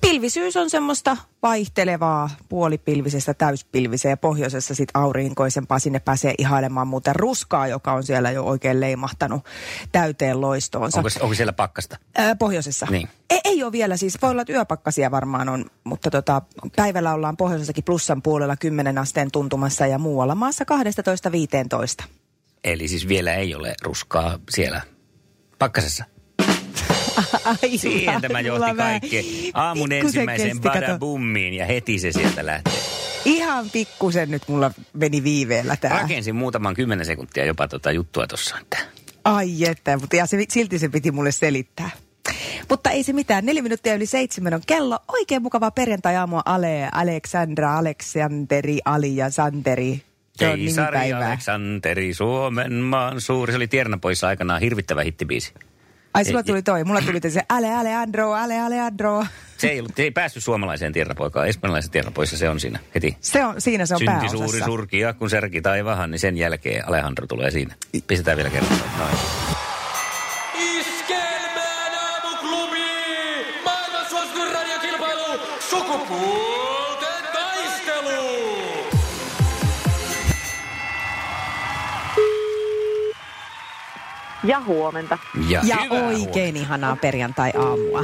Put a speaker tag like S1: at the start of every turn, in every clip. S1: Pilvisyys on semmoista vaihtelevaa puolipilvisestä täyspilviseen ja pohjoisessa sit aurinkoisempaa. Sinne pääsee ihailemaan muuten ruskaa, joka on siellä jo oikein leimahtanut täyteen loistoonsa.
S2: Onko, onko siellä pakkasta?
S1: Ää, pohjoisessa.
S2: Niin.
S1: Ei, ei ole vielä siis. Voi olla, että yöpakkasia varmaan on, mutta tota, okay. päivällä ollaan pohjoisessakin plussan puolella 10 asteen tuntumassa ja muualla maassa 12-15.
S2: Eli siis vielä ei ole ruskaa siellä pakkasessa.
S1: Ai,
S2: Siihen tämä johti kaikki. Aamun ensimmäisen
S1: badabu.
S2: badabummiin ja heti se sieltä lähtee.
S1: Ihan pikkusen nyt mulla meni viiveellä tämä.
S2: Rakensin muutaman kymmenen sekuntia jopa tuota juttua tuossa. että
S1: Ai että, mutta ja se, silti se piti mulle selittää. Mutta ei se mitään. Neljä minuuttia yli seitsemän on kello. Oikein mukavaa perjantai-aamua Ale, Aleksandra, Aleksanteri, Ali ja Santeri. Se on
S2: Keisari
S1: nimipäivää.
S2: Aleksanteri, Suomen maan suuri. Se oli Tiernapoissa aikanaan hirvittävä hittibiisi.
S1: Ai sulla tuli toi. Mulla tuli se Ale, Ale, Andro, Ale, Ale, Andro.
S2: Se ei, ollut, se ei päässyt suomalaiseen Tiernapoikaan. Espanjalaisen Tiernapoissa se on siinä heti.
S1: Se on, siinä se on
S2: Synti
S1: pääosassa.
S2: suuri surkia, kun särki taivahan, niin sen jälkeen Alejandro tulee siinä. Pistetään vielä kerran. Noin.
S3: Iskelmään aamuklubi! Maailman suosituin radiokilpailu! Sukupuolten taistelu!
S4: Ja huomenta.
S2: Ja,
S1: Ja
S2: hyvää
S1: oikein ihanaa perjantai-aamua.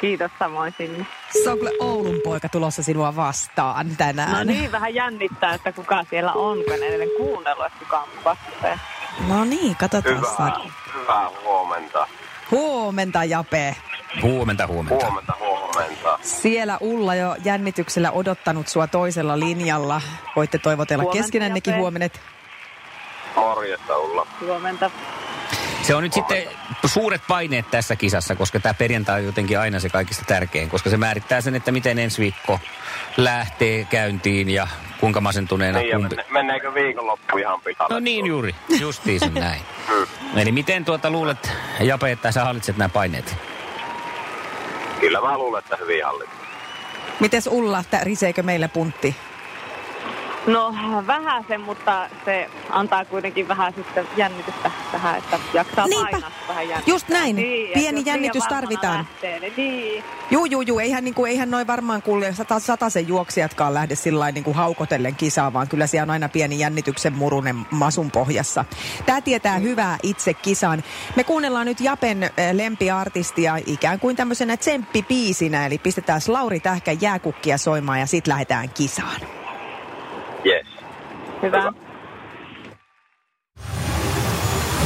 S4: Kiitos samoin sinne.
S1: Se on kyllä Oulun poika tulossa sinua vastaan tänään.
S4: No niin, vähän jännittää, että kuka siellä on, kun en edelleen kuunnellut, että kuka on vastustaja.
S1: No niin, katsotaan. saa-
S5: hyvää huomenta.
S1: Huomenta, Jape.
S2: huomenta. Huomenta, huomenta.
S5: Huomenta, huomenta.
S1: Siellä Ulla jo jännityksellä odottanut sua toisella linjalla. Voitte toivotella
S4: Huomenta,
S1: keskenännekin
S4: Jape.
S1: huomenet.
S5: Morjesta, Ulla.
S4: Huomenta.
S2: Se on nyt sitten suuret paineet tässä kisassa, koska tämä perjantai on jotenkin aina se kaikista tärkein, koska se määrittää sen, että miten ensi viikko lähtee käyntiin ja kuinka masentuneena
S5: Niin, ja
S2: kumpi.
S5: menne, menneekö viikonloppu ihan pihalle?
S2: No niin juuri, justiinsa näin.
S5: Mm.
S2: Eli miten tuota luulet, Jape, että sä hallitset nämä paineet?
S5: Kyllä mä luulen, että hyvin hallittu.
S1: Mites Ulla, tä- riseekö meillä puntti?
S4: No vähän se, mutta se antaa kuitenkin vähän sitten jännitystä tähän, että jaksaa
S1: Niinpä.
S4: painaa vähän jännitystä.
S1: Just näin.
S4: Niin, että
S1: Pieni
S4: jos
S1: jännitys
S4: liian varmana
S1: tarvitaan.
S4: Lähtee, niin, niin.
S1: Juu, juu, juu. Eihän, niin kuin, eihän noin varmaan kulje sata, sataisen juoksijatkaan lähde sillä niin kuin haukotellen kisaa, vaan kyllä siellä on aina pieni jännityksen murunen masun pohjassa. Tämä
S4: Mm.
S1: tietää hyvää itse kisan. Me kuunnellaan nyt Japen eh, lempiartistia ikään kuin tämmöisenä tsemppipiisinä, eli pistetään Lauri Tähkän jääkukkia soimaan ja sitten lähdetään kisaan.
S5: Yes.
S4: Hyvä.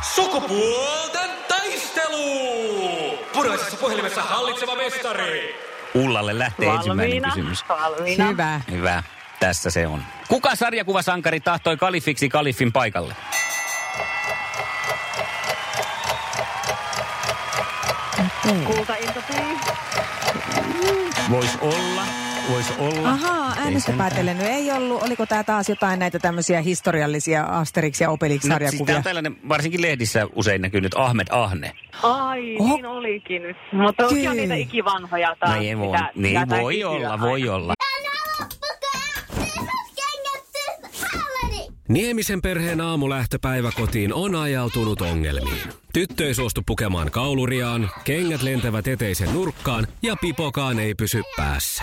S3: Sukupuolten taistelu! Punaisessa puhelimessa hallitseva mestari!
S2: Ullalle lähtee ensimmäinen
S4: Valmiina.
S2: kysymys.
S4: Valmiina.
S1: Hyvä.
S2: Hyvä, tässä se on. Kuka sarjakuvasankari tahtoi kalifiksi kalifin paikalle?
S4: Kultainto tuli.
S2: Voisi olla, voisi olla.
S1: Ahaa,
S2: Ei
S1: äänestä
S2: sentään.
S1: päätellen nyt ei ollut. Oliko tämä taas jotain näitä tämmöisiä historiallisia Asterix- ja
S2: No, siis tää
S1: Obelix-sarjakuvia?
S2: on tällainen, varsinkin lehdissä usein näkyy nyt Ahmed Ahne.
S4: Ai,
S1: Oho.
S4: niin olikin nyt. Mutta onkin on
S1: Kyllä.
S4: niitä ikivanhoja taas.
S2: No ei voi,
S4: mitä-
S2: niin
S4: mitä
S2: voi
S4: tää
S2: olla,
S4: kysyä
S2: voi olla.
S6: Niemisen perheen aamulähtöpäivä kotiin on ajautunut ongelmiin. Tyttö ei suostu pukemaan kauluriaan, kengät lentävät eteisen nurkkaan ja pipokaan ei pysy päässä.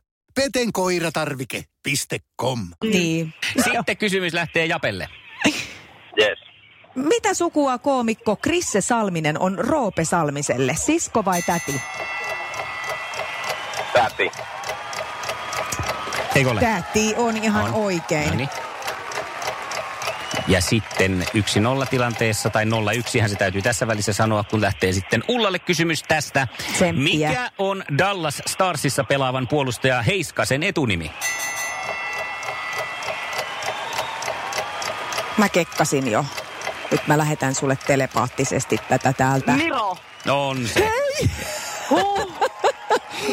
S7: Petenkoiratarvike.com.
S1: Niin.
S2: Sitten kysymys lähtee Japelle.
S5: Yes.
S1: Mitä sukua koomikko Krisse Salminen on Roope Salmiselle, sisko vai täti?
S5: Täti.
S2: Eikö ole?
S1: Täti on ihan
S2: On. No niin.
S1: oikein.
S2: Noniin. Ja sitten 1-0 tilanteessa, tai 0-1 se täytyy tässä välissä sanoa, kun lähtee sitten Ullalle kysymys tästä.
S1: Tsemppiä.
S2: Mikä on Dallas Starsissa pelaavan puolustaja Heiskasen etunimi?
S1: Mä kekkasin jo. Nyt mä lähetän sulle telepaattisesti tätä täältä.
S4: Miro.
S2: On se.
S4: Huh.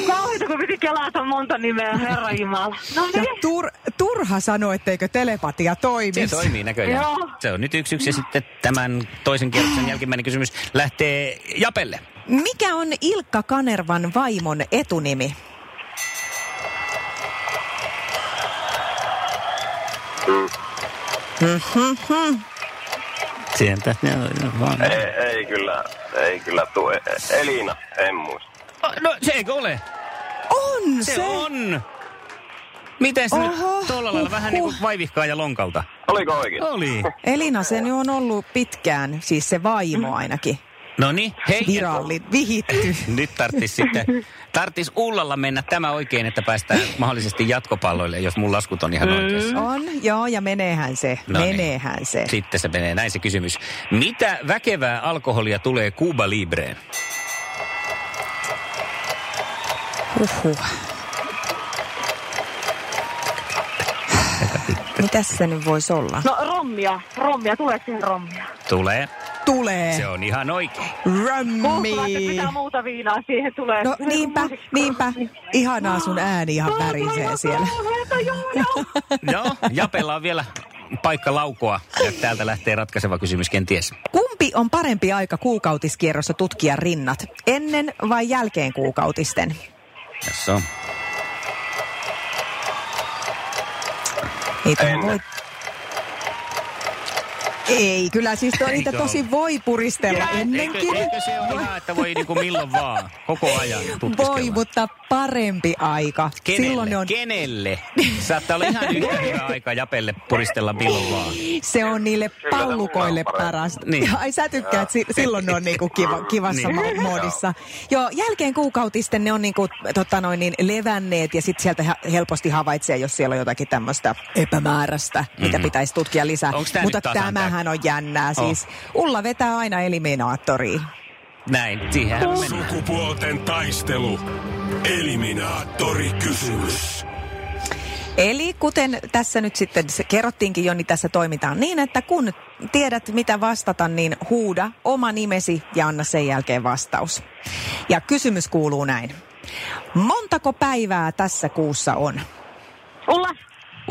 S4: Kauheita, kun piti kelata monta nimeä, herra Jumala. No
S1: Ja
S4: niin.
S1: tur, turha sanoa, etteikö telepatia toimi.
S2: Se toimii näköjään.
S4: Joo.
S2: Se on nyt yksi yksi ja sitten tämän toisen kierroksen jälkimmäinen kysymys lähtee Japelle.
S1: Mikä on Ilkka Kanervan vaimon etunimi?
S2: Sieltä. Vaan.
S5: Ei, ei kyllä, ei kyllä tue. Elina, en muista.
S2: No se eikö ole?
S1: On se!
S2: Se, on! Miten se
S1: Oho,
S2: nyt tuolla lailla vähän niin
S1: huhhuh.
S2: kuin vaivihkaa ja lonkalta?
S5: Oliko oikein?
S2: Oli.
S1: Elina se nyt on ollut pitkään, siis se vaimo ainakin,
S2: No niin, hei.
S1: virallin, vihitty.
S2: Nyt tarttis sitten, tarttis Ullalla mennä tämä oikein, että päästään mahdollisesti jatkopalloille, jos mun laskut on
S1: Mm.
S2: ihan oikeassa.
S1: On, joo, ja meneehän se,
S2: Mm-hmm. No niin.
S1: meneehän se.
S2: Sitten se menee, näin se kysymys. Mitä väkevää alkoholia tulee Cuba Libreen?
S1: Uhuh. Mitäs se nyt voisi olla?
S4: No rommia, rommia, tuleeko siihen rommia?
S2: Tulee.
S1: Tulee.
S2: Se on ihan oikein.
S4: Kuulla, että
S1: Römmi.
S4: mitä muuta viinaa siihen tulee.
S1: Niin. No niinpä, niinpä. Ihanaa sun ääni ihan värisee siellä.
S4: Kauheeta, joo, joo.
S2: Joo, No, Japella on vielä paikka laukoa. Ja täältä lähtee ratkaiseva kysymys kenties.
S1: Kumpi on parempi aika kuukautiskierrossa tutkia rinnat? Ennen vai jälkeen kuukautisten?
S2: Tässä on.
S1: Niitä
S5: Ennen.
S1: voi... Ei, kyllä siis to, niitä
S2: Eikö
S1: tosi voi puristella
S2: Eikö,
S1: ennenkin.
S2: eikö se ole ihan, että voi niinku milloin vaan, koko ajan
S1: Voi,
S2: tutkiskella?
S1: mutta parempi aika.
S2: Kenelle?
S1: Silloin on,
S2: Kenelle? Saattaa olla ihan yhtä hyvä aika Japelle puristella milloin vaan.
S1: se on niille pallukoille
S5: Kyllä,
S1: parasta.
S2: Niin.
S1: Ai sä tykkäät, si- silloin ne on niinku kiva, kivassa
S2: Niin.
S1: niin. moodissa. Joo, jälkeen kuukautisten ne on niinku, tota noin, niin levänneet ja sitten sieltä hä- helposti havaitsee, jos siellä on jotakin tämmöistä epämääräistä, mitä
S2: Mhm.
S1: pitäisi tutkia lisää.
S2: Onks tää Oh.
S1: Mutta
S2: nyt tasan
S1: tämähän on jännää siis. Ulla vetää aina eliminaattoriin.
S2: Näin, siihen mennään.
S3: Sukupuolten taistelu. Eliminaattori kysymys.
S1: Eli kuten tässä nyt sitten se kerrottiinkin jo, niin tässä toimitaan niin, että kun tiedät mitä vastata, niin huuda oma nimesi ja anna sen jälkeen vastaus. Ja kysymys kuuluu näin. Montako päivää tässä kuussa on?
S4: Ulla,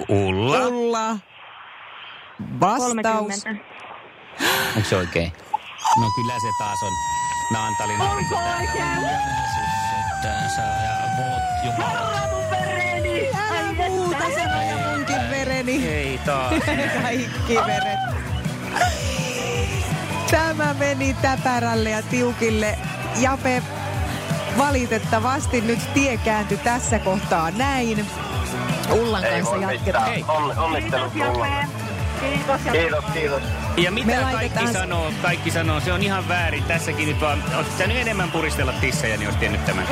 S2: Ulla,
S1: Ulla. Vastaus.
S4: 30.
S2: onko se oikein? No kyllä se taas on. Naantalin aurinko täällä. Syttyttää saa ja voot jumalat.
S4: Herra mun vereni.
S1: Älä
S4: Ai
S1: muuta
S4: että.
S1: sen aina munkin vereni.
S2: Ei taas.
S1: Kaikki veret. Tämä meni täpärälle ja tiukille. Jape, valitettavasti nyt tie kääntyi tässä kohtaa näin. Ullan
S5: Ei
S1: kanssa
S5: voi
S1: jatketaan.
S5: mitään. Onne, onnittelut
S4: Kiitos,
S5: sulla.
S4: Jape. Kiitos, Jape.
S5: Kiitos, kiitos.
S2: Ja mitä
S1: Me
S2: kaikki
S1: laitetaan-
S2: sanoo, kaikki sanoo, se on ihan väärin tässäkin nyt vaan. Olet pitänyt enemmän puristella tissejä, niin olisi tiennyt tämän.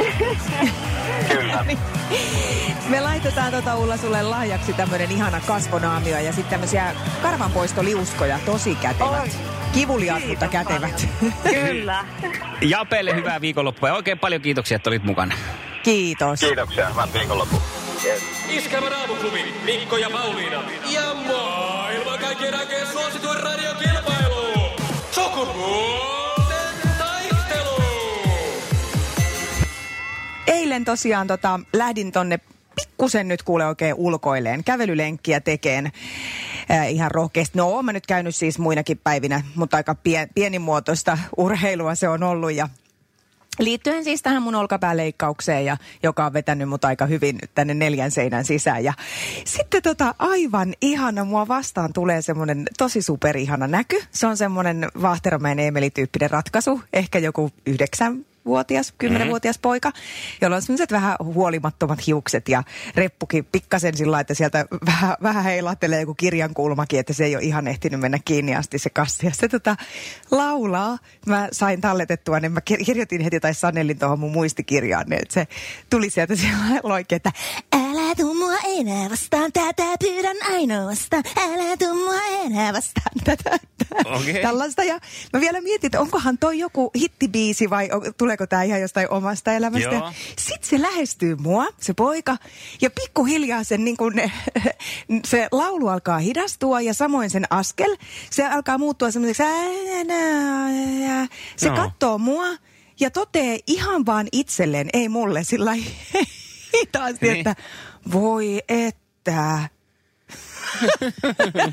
S5: Kyllä.
S1: Me laitetaan tota Ulla sulle lahjaksi tämmönen ihana kasvonaamio ja sitten tämmöisiä karvanpoistoliuskoja, tosi
S4: Oi.
S1: kätevät. Kivuliaat, mutta
S4: Kiitos
S1: kätevät.
S4: Kyllä.
S2: Japelle hyvää viikonloppua ja oikein paljon kiitoksia, että olit mukana.
S1: Kiitos.
S5: Kiitoksia. Hyvää viikonloppua. Yes.
S3: Iskävä raamuklubi Mikko ja Pauliina. Ja maailman kaikkien aikeen suosituen radiokilpailu. Sukupuolten taistelu.
S1: Eilen tosiaan tota, lähdin tonne pikkusen nyt kuule oikein ulkoilleen, kävelylenkkiä tekeen äh, ihan rohkeasti. No oon mä nyt käynyt siis muinakin päivinä, mutta aika pien, pienimuotoista urheilua se on ollut ja Liittyen siis tähän mun olkapääleikkaukseen, ja, joka on vetänyt mut aika hyvin nyt tänne neljän seinän sisään. Ja sitten tota aivan ihana, mua vastaan tulee semmoinen tosi superihana näky. Se on semmoinen Vaahteromäen Eemeli-tyyppinen ratkaisu, ehkä joku yhdeksän 10-vuotias, 10-vuotias mm-hmm. poika, jolla on sellaiset vähän huolimattomat hiukset ja reppukin pikkasen sillä lailla, että sieltä vähän, vähän heilahtelee joku kirjankulmakin, että se ei ole ihan ehtinyt mennä kiinni asti se kassi. Ja se tota, laulaa. Mä sain talletettua, niin mä kir- kirjoitin heti tai sanelin tuohon mun muistikirjaan, niin että se tuli sieltä sellainen loikki, että
S7: Älä tuu mua enää vastaan, tätä pyydän ainoastaan. Älä tuu mua enää vastaan, tätä.
S2: Okei.
S1: Tällaista. Ja mä vielä mietin, että onkohan toi joku hittibiisi vai on, tuleeko tämä ihan jostain omasta elämästä.
S2: Joo.
S1: Sitten se lähestyy mua, se poika, ja pikkuhiljaa sen niin kun, se laulu alkaa hidastua ja samoin sen askel. Se alkaa muuttua semmoiseksi. Se
S2: Joo.
S1: no. katsoo mua ja totee ihan vaan itselleen, ei mulle, sillä lailla hitaasti,
S2: Niin.
S1: niin. että voi että.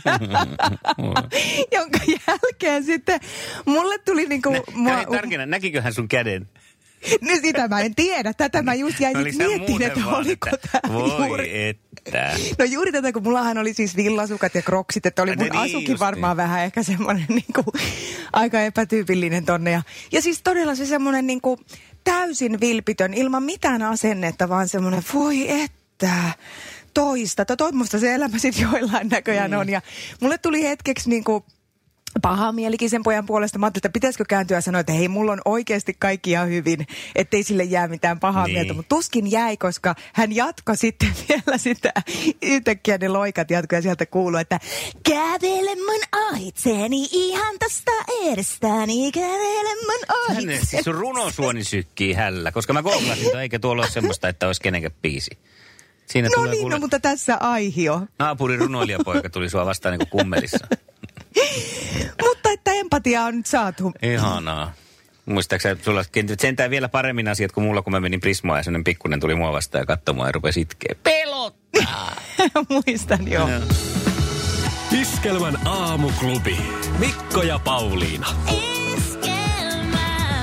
S1: jonka jälkeen sitten mulle tuli niinku...
S2: Nä,
S1: mua-
S2: tää oli tarkina, näkikö hän sun käden?
S1: No sitä mä en tiedä. Tätä mä just jäin nyt
S2: No Oliko hän
S1: miettimään,
S2: muuten
S1: että
S2: vaan,
S1: oliko
S2: että
S1: tämä
S2: Voi
S1: juuri...
S2: että.
S1: No juuri tätä, kun mullahan oli siis villasukat ja kroksit, että oli
S2: Ai,
S1: mun
S2: niin,
S1: asukin
S2: justiin.
S1: varmaan vähän ehkä semmoinen niinku, aika epätyypillinen tonne. Ja, ja siis todella se semmoinen niinku, täysin vilpitön, ilman mitään asennetta, vaan semmoinen voi että toista. Tuommoista se elämä sitten joillain näköjään
S2: Niin.
S1: mm. on. Ja mulle tuli hetkeksi niinku, paha mielikin sen pojan puolesta. Mä ajattelin, että pitäisikö kääntyä ja sanoa, että hei, mulla on oikeasti kaikki ihan hyvin, ettei sille jää mitään pahaa
S2: Niin.
S1: niin. mieltä. Mutta tuskin jäi, koska hän jatkoi sitten vielä sitä, yhtäkkiä ne loikat jatkoi ja sieltä kuului, että
S7: Kävele mun ohitseeni ihan tosta edestäni, kävele mun
S2: Hän,
S7: ohitseeni.
S2: siis sun runosuoni sykkii hällä, koska mä googlasin toi, eikä tuolla ole semmoista, että olisi kenenkään biisi. Siinä
S1: no
S2: tulee
S1: niin,
S2: kuule,
S1: no, mutta tässä aihio.
S2: naapurin runoilijapoika tuli sua vastaan niin kuin kummelissa.
S1: mutta että empatia on nyt saatu.
S2: Ihanaa. Muistaakseni että sulla kenties sentään vielä paremmin asiat kuin mulla, kun mä menin Prismaan ja sellainen pikkunen tuli mua vastaan ja katsomaan ja rupesi itkeä.
S1: Muistan joo.
S6: Iskelmän aamuklubi. Mikko ja Pauliina.
S7: Iskelmää.